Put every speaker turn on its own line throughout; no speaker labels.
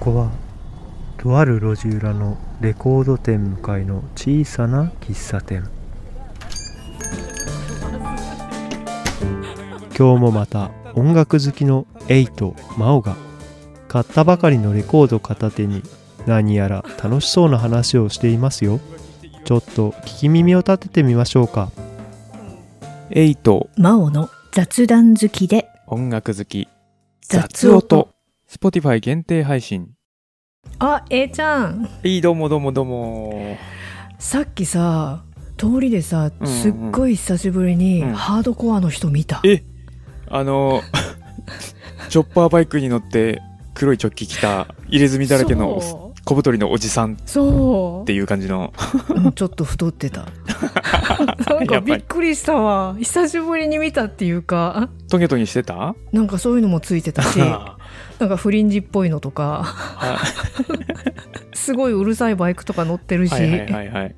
こはとある路地裏のレコード店向かいの小さな喫茶店今日もまた音楽好きのエイとマオが買ったばかりのレコード片手に何やら楽しそうな話をしていますよちょっと聞き耳を立ててみましょうか
エイト
マオの雑談好きで
音楽好き
雑音。
Spotify 限定配信
あ、えちゃん
いいどうもどうもどうも
さっきさ通りでさ
うんうん
すっごい久しぶりに
うん
ハードコアの人見た、
えあ のチョッパーバイクに乗って黒いチョッキ着た入れ墨だらけの
そ
小太りのおじさんっ
うそう
ていう感じの
うんちょっと太っ てたなん
やっ
か
ぱり
びっくりしたわ久しぶりに見たっていうか
トゲトゲしてた
なんかそういうのもついて たしな
あ
んかフリンジっぽいのとか
は
すごいうるさいバイクとか乗ってるし、
いはいはいはい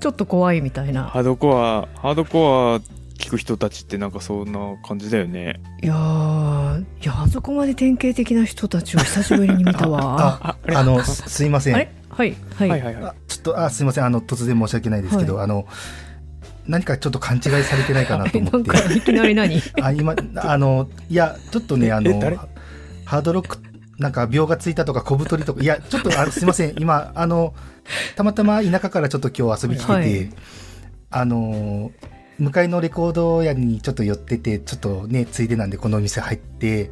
ちょっと怖いみたいな
ハードコアハードコア聞く人たちってなんかそんな感じだよね
いやーいやあそこまで典型的な人たちを久しぶりに見たわ
あ、あの、すすいません。
あれはいはい、
はいはいは
あちょっと、あ、すいません。あの、突然申し訳ないですけど、
は
あの、何かちょっと勘違いされてないかなと 思
なん
って。
かいきなり何
あ、今、あの、いや、ちょっとね、あ
え
の
誰、
ハードロック、なんか病がついたとか小太りとか、いや、ちょっと、あすいません。今、あの、たまたま田舎からちょっと今日遊び来てて、
はい
あの、向かいのレコード屋にちょっと寄ってて、ちょっとね、ついでなんでこのお店入って、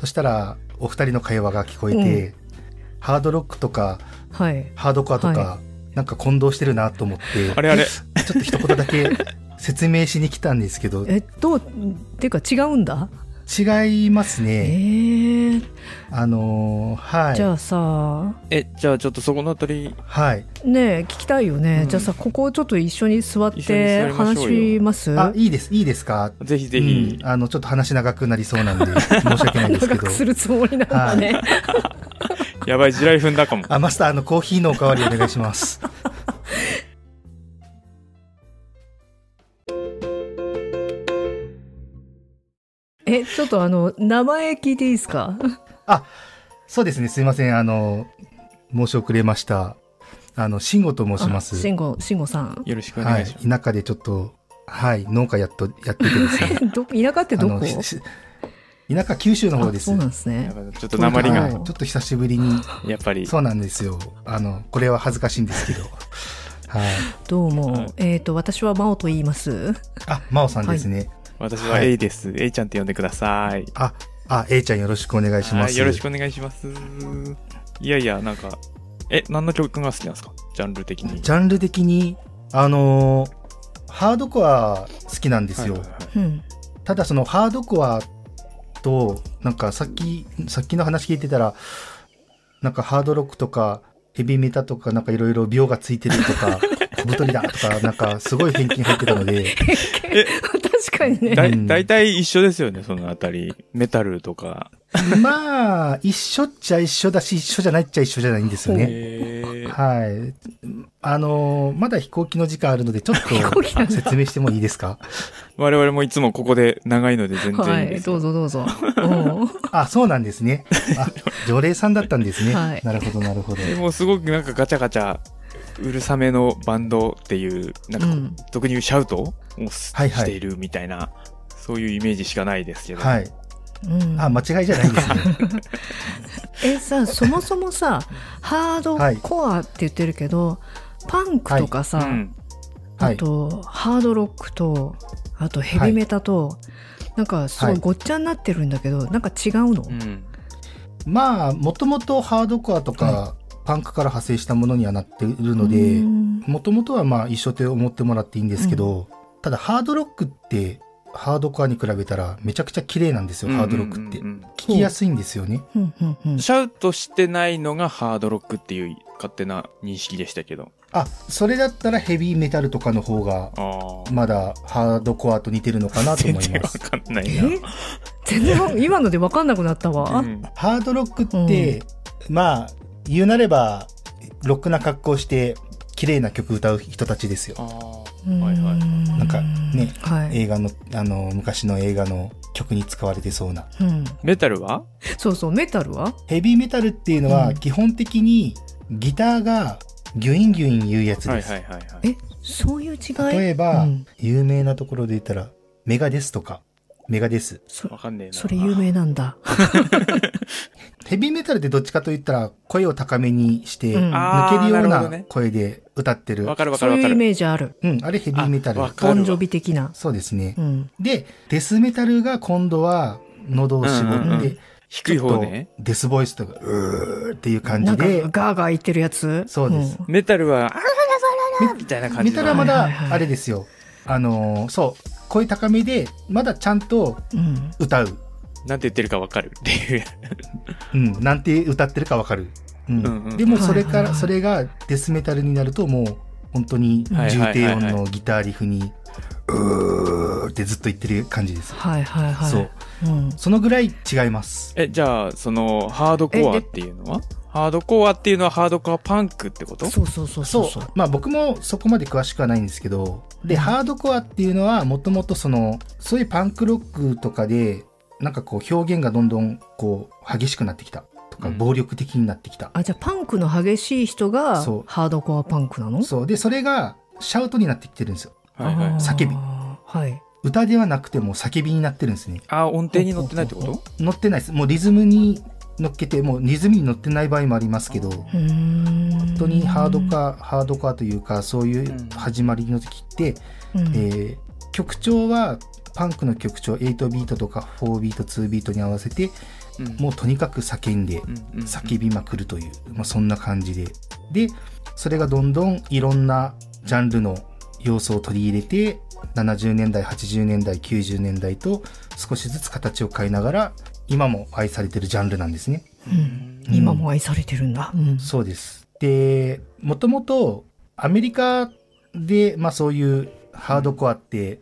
そしたら、お二人の会話が聞こえて、ハードロックとか、
はい
ハードコアとか、
は
なんか混同してるなと思って、
あれあれ
ちょっと一言だけ説明しに来たんですけど、
えどうっていうか違うんだ
違います
え
ね。
ー、
あのーはい。
じゃあさ
えじゃあちょっとそこのあたり
はい。
ねえ聞きたいよね、
うん
じゃあさここをちょっと一緒に座っ
一緒に座
て
りましょうよ
話します
あ、いいです、いいですか
ぜひぜひ
うんあの、ちょっと話長くなりそうなんで、申し訳ないですけ
長
ど
く。するつもりなんだね、
やばい地雷踏んだかも
あ、マスター、あの、コーヒーのお代わりお願い します。
えちょっとあの名前聞いていいですか
そうですね、すいません、あの、申し遅れました。あの、慎吾と申します。
あ慎吾慎吾さん
よろしくお
は
願
い。
いします、
田舎でちょっと、はい、農家やっと、やっててですね。
ど田舎ってど
あ
こ
のしし田舎九州の方で
あ
す。
そうなんですね
やばいちょっと鉛
は
が
いちょっと久しぶりに、
やっぱり
そうなんですよ。あの、これは恥ずかしいんで すけど。はい。
どう
はい
も、えっ、と、私は真央と言います。
あ、真央さんですね。
私
は
はい A です、A ちゃんって呼んでください
あ、A ちゃんよろしくお願いしま
はい
す。
よろしくお願いしますいやいやなんかえ何の曲が好きなんですかジャンル的に
ジャンル的に、あのーハードコア好きなんですよ。
はいはいはい
うん。
ただそのハードコアと、なんかさっき、さっきの話聞いてたら、なんかハードロックとか、ヘビメタとか、なんかいろいろ秒がついてると か、小太りだとか、なんかすごい返金入ってたので、
確かにね。
だ
う
い
ん
大体一緒ですよねそのあたりメタルとか
まあ、一緒っちゃ一緒だし、一緒じゃないっちゃ一緒じゃないんですよね。
へー
はい。あのーまだ飛行機の時間あるので、ちょっ
行機なん
と
だ
説明してもいいですか
我々もいつもここで長いので全然
はい
いで
い、
す、
どうぞど うぞ。うん
あ、そうなんですね。あ、常連さんだったんですね。
はい
なるほど、なるほど。
でもすごくなんかガチャガチャうるさめのバンドっていうなんか、
うん
俗に言うシャウトをす
はいはい
しているみたいなそういうイメージしかないですけど、
はい。
うん
あ、間違いじゃないですね。
え、さ、そもそもさ、ハードコアって言ってるけど、パンクとか
う
さ、
ん、
は
あ
い。
と、ハードロックと、あとヘビメタと、なんかすごいごっちゃになってるんだけど、なんか違うの
うん
まあ、もともとハードコアとか、パンクから派生したものにはなっているの
う
で、
ん
もともとはまあ一緒って思ってもらっていいんですけど、ただハードロックって、ハードコアに比べたらめちゃくちゃ綺麗なんですよ、ハードロックって。
うんうんうん
聞きやすいんですよね。
うんうんう
うんんシャウトしてないのがハードロックっていう勝手な認識でしたけど
あ、それだったらヘビーメタルとかの方が
ああ
まだハードコアと似てるのかなと
全
思い
然
ま
わ
す。
かんないな、
え全然わ、今ので分かんなくなったわ。
うん
ハードロックって、まあ言うなればロックな格好して綺麗な曲歌う人たちですよ。
あーはいはいはい
なんかね、
はい
映画の、あの、昔の映画の曲に使われてそうな。
うん、
メタルは
そうそうメタルは
ヘビーメタルっていうの
う
は
ん
基本的にギターがギュインギュイン言うやつ
はい
です。
はいはいはい。
えそういう違い
例えば、
うん
有名なところで言ったら、メガデスとか、メガデス。
そ
わかんねえな。
それ有名なんだ
ヘビーメタルってどっちかと言ったら、声を高めにして、
うん
あ
抜
ー
けるよう
なるほど
な
ね
声で歌ってる。
わかるわか
そう
るわ
い
か
うイ
る。
メージある
うん、あれヘビーメタル
あ。わか
ボ
るわ
ンジョビ的な
そうですね
う。ん
で、デスメタルが今度は、喉を絞
うんうん
っ
う
て
ん、低い方ね。
デスボイスとか、うーっていう感
なん
じ
か
で、
ガーガー言ってるやつ
そうです
ん
メタルは、あらららららみたいな感
メ
じ
タ
の
ルはま
はいはいはい
だ、あれですよ。あのー、そう、声高めで、まだちゃんと
うん
歌う。
なんて言ってるかわかるっていう。
うん、なんて歌ってるかわかる。うん
うんうん
でもそれか
はいはいは
ら、
い
それがデスメタルになるともう、本当に
はい
重
はいはい
低
はい
音のギターリフに、うーってずっと言ってる感じです。
はいはいはい
そう。
うん
そのぐらい違います。
え、じゃあ、その、ハードコアっていうのはハードコアっていうのはハードコアパンクってこと
そうそうそう
そ
そううそう
まあ僕もそこまで詳しくはないんですけど、で、
うん
ハードコアっていうのはもともとその、そういうパンクロックとかで、なんかこう表現がどんどんこう激しくなってきたとか、
うん
暴力的になってきた。
あじゃあパンクの激しい人が
そう
ハードコアパンクなの
そう。で、それがシャウトになってきてるんですよ。
はいはい
あー。
叫び
はい
歌ではなくてもう叫びになってるんですね。
あー、音程に乗ってないってこと
乗ってないです。もうリズムに乗っけて、もうリズムに乗ってない場合もありますけど、
う
本
本当にハードカー、ハードカーというか、そういううん始まりの時って、
うん
えー曲調はパンクの曲調8ビートとか4ビート、2ビートに合わせて、
うん
もうとにかく叫んで
う、んうん、
叫びまくるという、まあ、そんな感じで。で、それがどんどんいろんなジャンルの要素を取り入れて、70年代、80年代、90年代と少しずつ形を変えながら、今も愛されてるジャンルなんですね。
うん今も愛されてるんだうん
そうです。で、もともとアメリカで、まあそういうハードコアって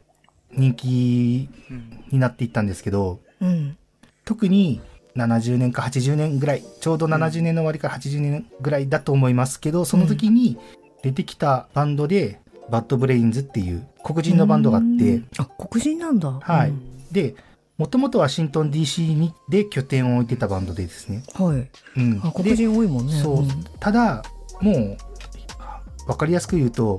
人気
うん
になっていったんですけど、
うん
特に70年か80年ぐらい、ちょうど70年の終わりから80年ぐらいだと思いますけど、その時に出てきたバンドで、バッドブレインズっていう黒人のバンドがあっ
う
て
ん、あ黒人なんだ
はい
うん
で、もともとワシントン DC にで拠点を置いてたバンドでですね。
はい
うん
あ、黒
で
人多いもんね
そうんただもう分かりやすく言うと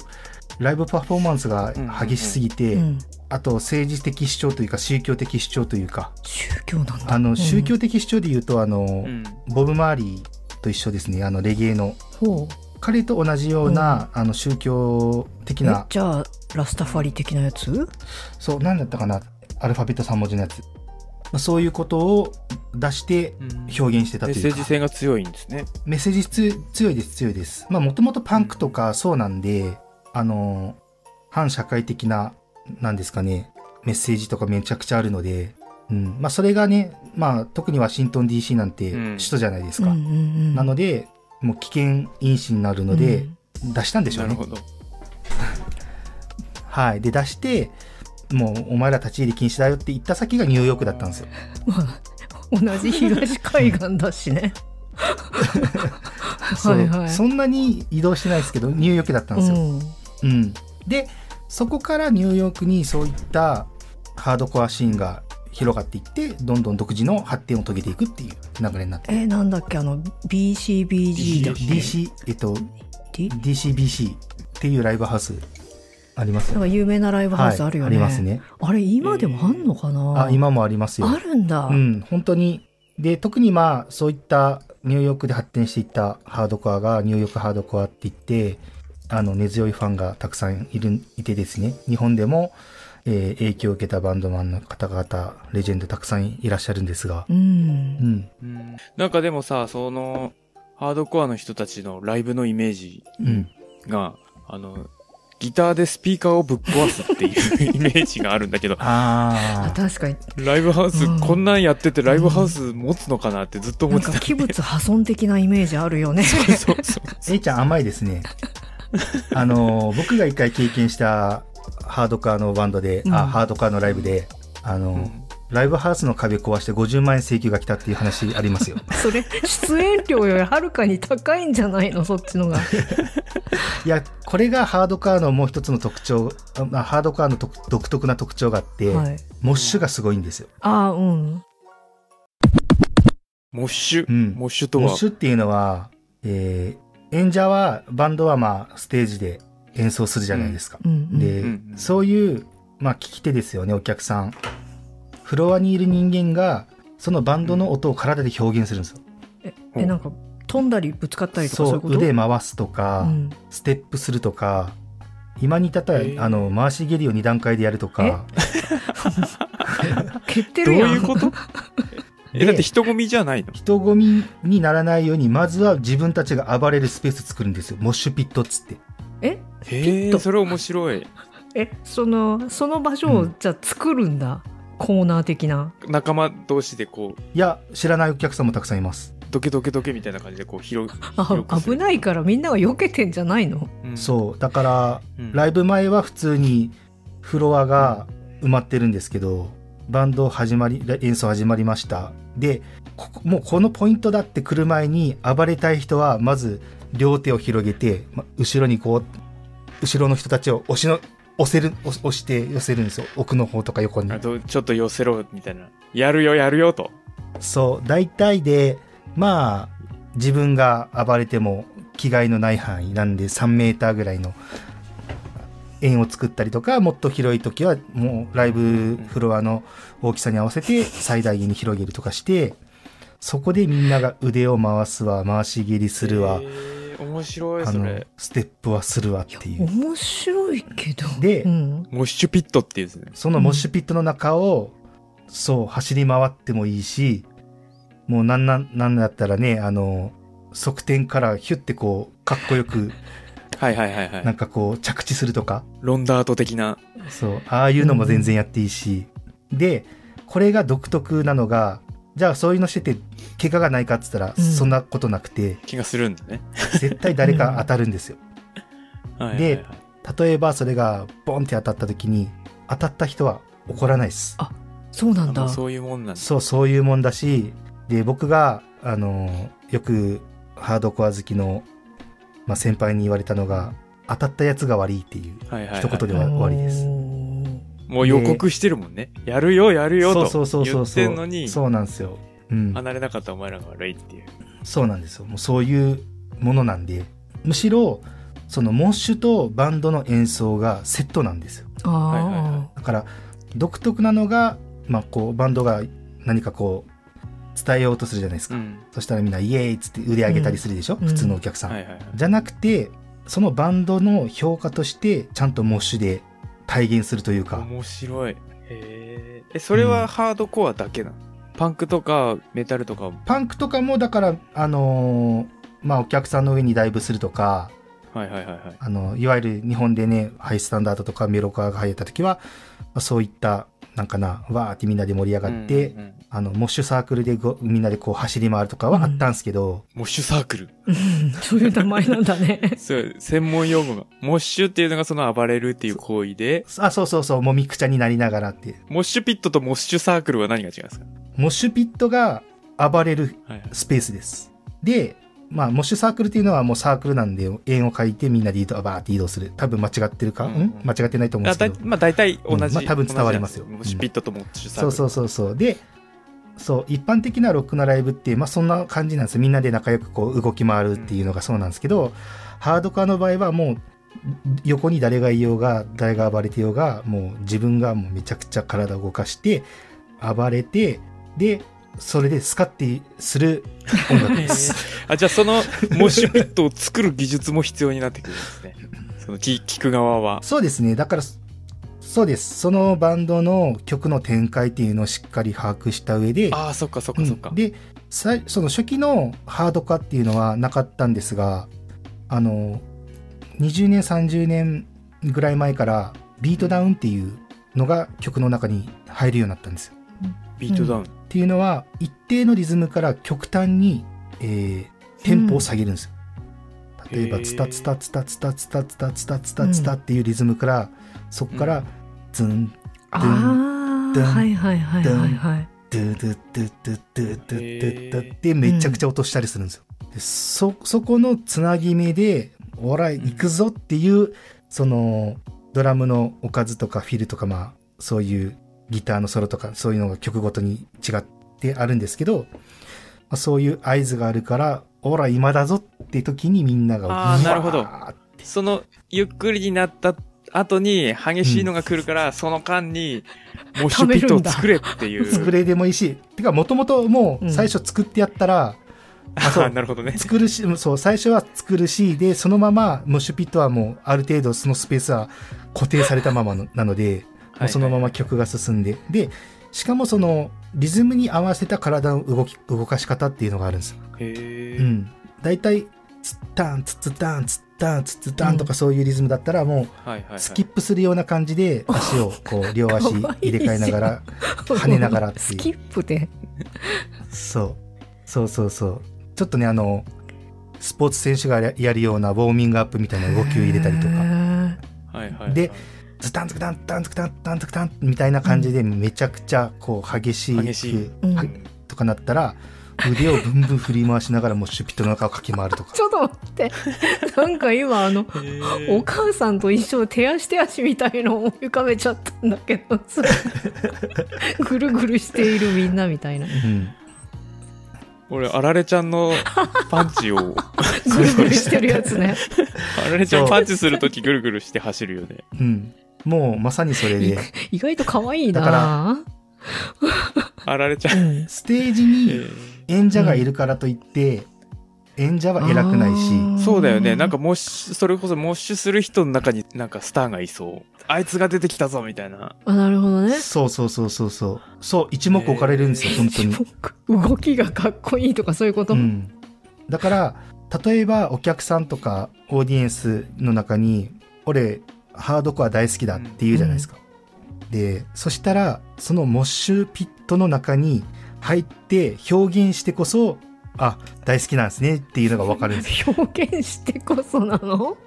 ライブパフォーマンスが激しすぎて、
うん
あと政治的主張というか宗教的主張というか
宗教なんだ
あ
う
の
ん
宗教的主張で言うと、あの
うん
ボブ・マーリーと一緒ですねあのレゲエの
ほう
彼と同じような、あの宗教的
え
な
じゃあラスタファリ的なやつ
そう何だったかなアルファベット3文字のやつ、まあ、そういうことを出して表現してたと
メ
い
ッセ
うか
ージ性が強いんですね。
メッセージつ強いです強いですまあもともとパンクとかそうなんで、あの反社会的ななんですかねメッセージとかめちゃくちゃあるので、うん、まあそれがねまあ特にワシントン DC なんて
うん
首都じゃないです
うんう
か、
んうん
なのでもう危険因子になるので、出したんでし
な
ょう
る
ね
ほど。
はいで出してもうお前ら立ち入り禁止だよって言った先がニューヨークだったんですよ
うんまあ同じ東海岸だしね
そう
はいはい
そんなに移動して ないですけどニューヨークだったんですよ、
うん
うん、でそこからニューヨークにそういったハードコアシーンが広がっていってどんどん独自の発展を遂げていくっていう流れになって
えなんだっけあの BCBG だっけ
DC えっと
D?
DCBC っていうライブハウスあります
なんか有名なライブハウスあるよね、
はい、ありますね
あれ今でもあんのかな、
あ今もありますよ
あるんだ、
うん本当にで特にまあそういったニューヨークで発展していったハードコアがニューヨークハードコアって言ってあの根強いファンがたくさんいるいてですね日本でも、えー影響を受けたバンドマンの方々レジェンドたくさんいらっしゃるんですが、
う
うんん
うんなんかでもさ、その、ハードコアの人たちのライブのイメージ
うん、
が、あの、ギターでスピーカーをぶっ壊すっていうイメージがあるんだけ ど、
あ
ああ
確かに
ライブハウス、
うん
こんなんやっててライブハウス持つのかなってずっと思
な
っ
ん
てた。
か器物破損的なイメージあるよね
そうそう。
えいちゃん甘いですねあのー僕が一回経験したハードコアのバンドで、
うん
あハードコアのライブであのー、
うん
ライブハウスの壁壊して50万円請求が来たっていう話ありますよ。
それ出演料よりはるかに高いんじゃないのそっちのが
いや、これがハードカーのもう一つの特徴、あまあハードカーの特独特な特徴があって、
はい
モッシュがすごいんですよ。
ああうん
モッシュ、
うん
モッシュと
モッ
は
シュっていうのは、えー演者は、バンドはまあ、ステージで演奏するじゃないですか。
うんうん
で、
うん
そういう、まあ、聞き手ですよね、お客さん。フロアにいる人間が、そのバンドの音を体で表現するんですよ。
ええなんか飛んだりぶつかったりとかそう
そ
いう
う
こと
腕回すと
う
か、
ん、
ステップするとか今に至ったら、
へー
あの回し蹴りを2段階でやるとか
蹴って
どう
るやん
いうこと え、
で
だって人混みじゃないの
人混みにならないようにまずは自分たちが暴れるスペース作るんですよモッシュピットっつって
え
へ
ッ
え、
と
それ面白い。
えそのその場所
う
を
ん
じゃあ作るんだ、コーナー的な
仲間同士でこう、
いや知らないお客さんもたくさんいます、
ドケドケドケみたいな感じでこう広く、
あ
広くす
危
る
ないからみんなが避けてんじゃないの
うん
そうだから
うん
ライブ前は普通にフロアが埋まってるんですけどバンド始まり演奏始まりましたでここもうこのポイントだって来る前に暴れたい人はまず両手を広げて、ま後ろにこう後ろの人たちを押しの押せる押押して寄せるんですよ奥の方とか横に
あと、ちょっと寄せろ、みたいな。やるよ、やるよ、と。
そう大体でまあ自分が暴れても着替えのない範囲なんで3メーターぐらいの円を作ったりとかもっと広い時はもうライブフロアの大きさに合わせて最大限に広げるとかしてそこでみんなが腕を回すわ回し蹴りするわ
へえ面白い、
あ
そ
の
れ。
ステップはするわっ
いや
ていう
面白いけど
で
うん、
モッシュピットっていうんですね。
そのモッシュピットの中を、そう、走り回ってもいいし、もうなんなん、なんだったらね、あの、側転からヒュッてこう、かっこよく、
はいはいはいは
ないん。かこう、着地するとか、
ロンダート的な。
そう、ああいうのも全然やっていいし。で、これが独特なのが、じゃあそういうのしてて、怪我がないかっつったら、
うん
そんなことなくて、
気がするんだね。
絶対誰か当たるんですよ。
はいはいはい
で、例えばそれが、ボンって当たった時に、当たった人は怒らないです。
そうな
あ
ん
も
だ
うそういうもんなんだ。
そう、そういうもんだし、で、僕が、あの、よくハードコア好きの、まあ、先輩に言われたのが、当たったやつが悪いっていう。
はいはいはい。
一言では終わりです
おー
もう予告してるもんね。やるよ、やるよ、
そ
と。
うそうそうそうそ
言
う。
ってんのに、
そうなんですよ。うん。
離れなかったお前らが悪いっていう。
そうなんですよ。もうそういうものなんで。むしろ、そのモッシュとバンドの演奏がセットなんですよ。
あ
いはいはい
あ
だから、独特なのが、まあ、こう、バンドが何かこう、伝えようとするじゃないですか。
うん。
そしたらみんな、イエーイっつって腕上げたりするでしょ、
うん
普通のお客さん。
はいはいはい。
じゃなくて、そのバンドの評価として、ちゃんとモッシュで体現するというか、
面白い。へえ。え、それ
うん
はハードコアだけなの、パンクとかメタルとか、
パンクとかも、だから、あのーまあ、お客さんの上にダイブするとか、
はいはいはいはい。
あの、いわゆる日本でね、ハイスタンダードとかメロカーが流行った時は、まあそういった、なんかな、わーってみんなで盛り上がって、
うんうんうん
あの、モッシュサークルでごみんなでこう走り回るとかはあったんですけど、
モッシュサークル。
うんそういう名前なんだね
そう、専門用語が。モッシュっていうのがその暴れるっていう行為で、
あ、そうそうそう、もみくちゃになりながらって。
モッシュピットとモッシュサークルは何が違うんですか
モッシュピットが暴れる
はいはい。
スペースです。で、まあ、モッシュサークルっていうのはもうサークルなんで、円を書いてみんなで移動、バーって移動する。多分間違ってるか、
うんんうん
間違ってないと思うん
あ
ですけ
だい
ど。
まあ大体同じ。
うんまあ多分伝わりますよ
同じモッシュピットとモッシュサークル。
そうそうそうそう。で、そう、一般的なロックなライブって、まあそんな感じなんですよみんなで仲良くこう動き回るっていうのがそうなんですけど、ハードカーの場合はもう、横に誰がいようが、誰が暴れてようが、もう自分がもうめちゃくちゃ体を動かして、暴れて、で、それでスカッてする音楽です。
あ、じゃあそのモッシュピットを作る技術も必要になってくるんですね。その聞聞く側は。
そうですね。だから、そそうです。そのバンドの曲の展開っていうのをしっかり把握した上で、
ああ、そっかそっかそっか。
うんでさいその初期のハード化っていうのはなかったんですが、あの、20年、30年ぐらい前から、ビートダウンっていうのが曲の中に入るようになったんですよ。
ビートダウン。
っていうのは、一定のリズムから極端に、えーテンポを下げるんですよ。例えば、
へー
ツタツタツタツタツタツタツタツタツタっていうリズムから、そこから、ズン、
あ
ドゥン
はいはいはいはいはい。
ドゥドゥドゥドゥドゥドゥドゥドゥってめちゃくちゃ落としたりするんですよ。でそそこのつなぎ目で「おら行くぞ」っていうそのドラムのおかずとかフィルとかまあそういうギターのソロとかそういうのが曲ごとに違ってあるんですけど、まあ、そういう合図があるから「おら今だぞ」って時にみんなが
あーなるほど
うわー
その、ゆっくりになった後に激しいのが来るから、その間に、モッシュピットを作れって いう。
作れでもいいしてかもともともう最初作ってやったら、
あ
あそう
なるほどね。
作るし、そう、最初は作るし、で、そのまま、ムッシュピットはもう、ある程度そのスペースは固定されたままのなので、もうそのまま曲が進んで、で、しかもその、リズムに合わせた体の動き、動かし方っていうのがあるんです。
はいはい。へ
う
ー
ん。大体、ツッタン、ツッツッタン、ツッタン、ツッツッタンとかそういうリズムだったら、
は
も
いはいは
う、
い。
スキップするような感じで、足を、こう、両足
かわいい
入れ替えながら、跳ねながらっていう
スキップで。
そう。そうそうそう。ちょっとね、あの、スポーツ選手がややるようなウォーミングアップみたいな動きを入れたりとか、
か。
はいはいはい。
でズタンズクタンズタンズクタンズタンズクタンみたいな感じでめちゃくちゃこう激しい
激しい
うん
はとかなったら、腕をブンブン振り回しながらもうシュピットの中を駆け回るとか
ち。ょっと待って。なんか今あの、
へー
お母さんと一緒手足手足みたいのを思い浮かべちゃったんだけ ど、それぐるぐるしているみんなみたいな。
うん、
俺、あられちゃんのパンチを、
ぐるぐるしてるやつね。
あられちゃんパンチするときぐるぐるして走るよね。
うん、もうまさにそれで
意外と可愛いな。
だ
あられちゃん。
うん
ステージ
へ
に
ー
演者がいるからといって、演者は偉くないし、
そうだよね。なんか、モッシュ、それこそモッシュする人の中になんかスターがいそう。あいつが出てきたぞみたいな。
あーあなるほどね
そうそうそうそうそうそう一目置かれるんですよ、本 当に。
動きがかっこいいとかそういうこと、
うん、だから例えばお客さんとかオーディエンスの中に「俺ハードコア大好きだ」って言うじゃないですか。でそしたらそのモッシュピットの中に入って表現してこそ「あ大好きなんですね」っていうのが分かる んですよ。
表現してこそなの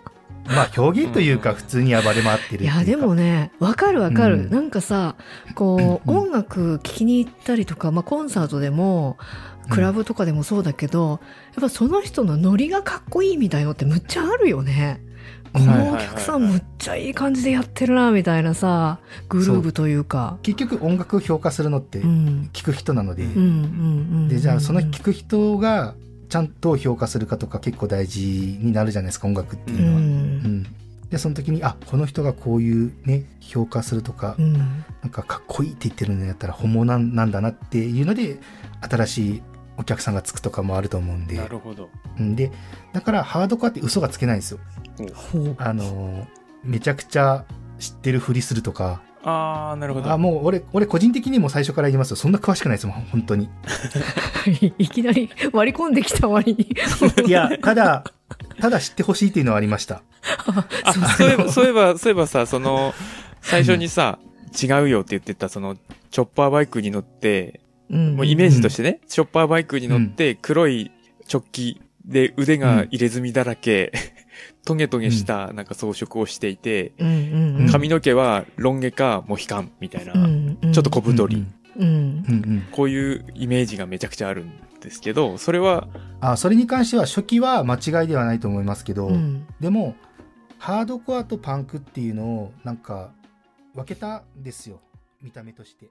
まあ表現という
う
か
ん
普通に暴れ回ってるって
い
いうか
やでもねわかるわかる、
うん
なんかさこう、
うん
音楽聴きに行ったりとか、まあ、コンサートでもクラブとかでもそうだけど、やっぱその人のノリがかっこいいみたいのってむっちゃあるよね。こ
はい
のお客さんむっちゃいい感じでやってるなみたいなさグルーブというか。
結局音楽を評価するのって
うん
聞く人なので、
うんうんうん
でじゃあその聞く人がちゃんと評価するかとか結構大事になるじゃないですか音楽っていううのは。
ん
うん、でその時にあこの人がこういうね評価するとか、
うん
なんかかっこいいって言ってるんだったら本物なんなんだなっていうので新しいお客さんがつくとかもあると思うんで
なるほど。
うんでだからハードコアって嘘がつけないんですよ。
ほう
あのーめちゃくちゃ知ってるふりするとか
あー、なるほど。
あもう俺俺個人的にも最初から言いますよそんな詳しくないですもん本当 に。
いきなり割り込んできた割に。
いやただただ知ってほしいっていうのはありました。
あそういえば、そういえば、そういえばさ、その、最初にさ、違うよって言ってた、その、チョッパーバイクに乗って、もうイメージとしてね、チョッパーバイクに乗って、黒い直帰で腕が入れ墨だらけ、 トゲトゲした、なんか装飾をしていて、
うん
髪の毛はロン毛かモヒカンみたいな、
うん
ちょっと小太り、
う
うん
ん
うんうん
こういうイメージがめちゃくちゃあるんですけど、それは、
あそれに関しては初期は間違いではないと思いますけど、
うん
でもハードコアとパンクっていうのをなんか分けたんですよ見た目として。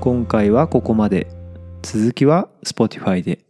今回はここまで続きは Spotify で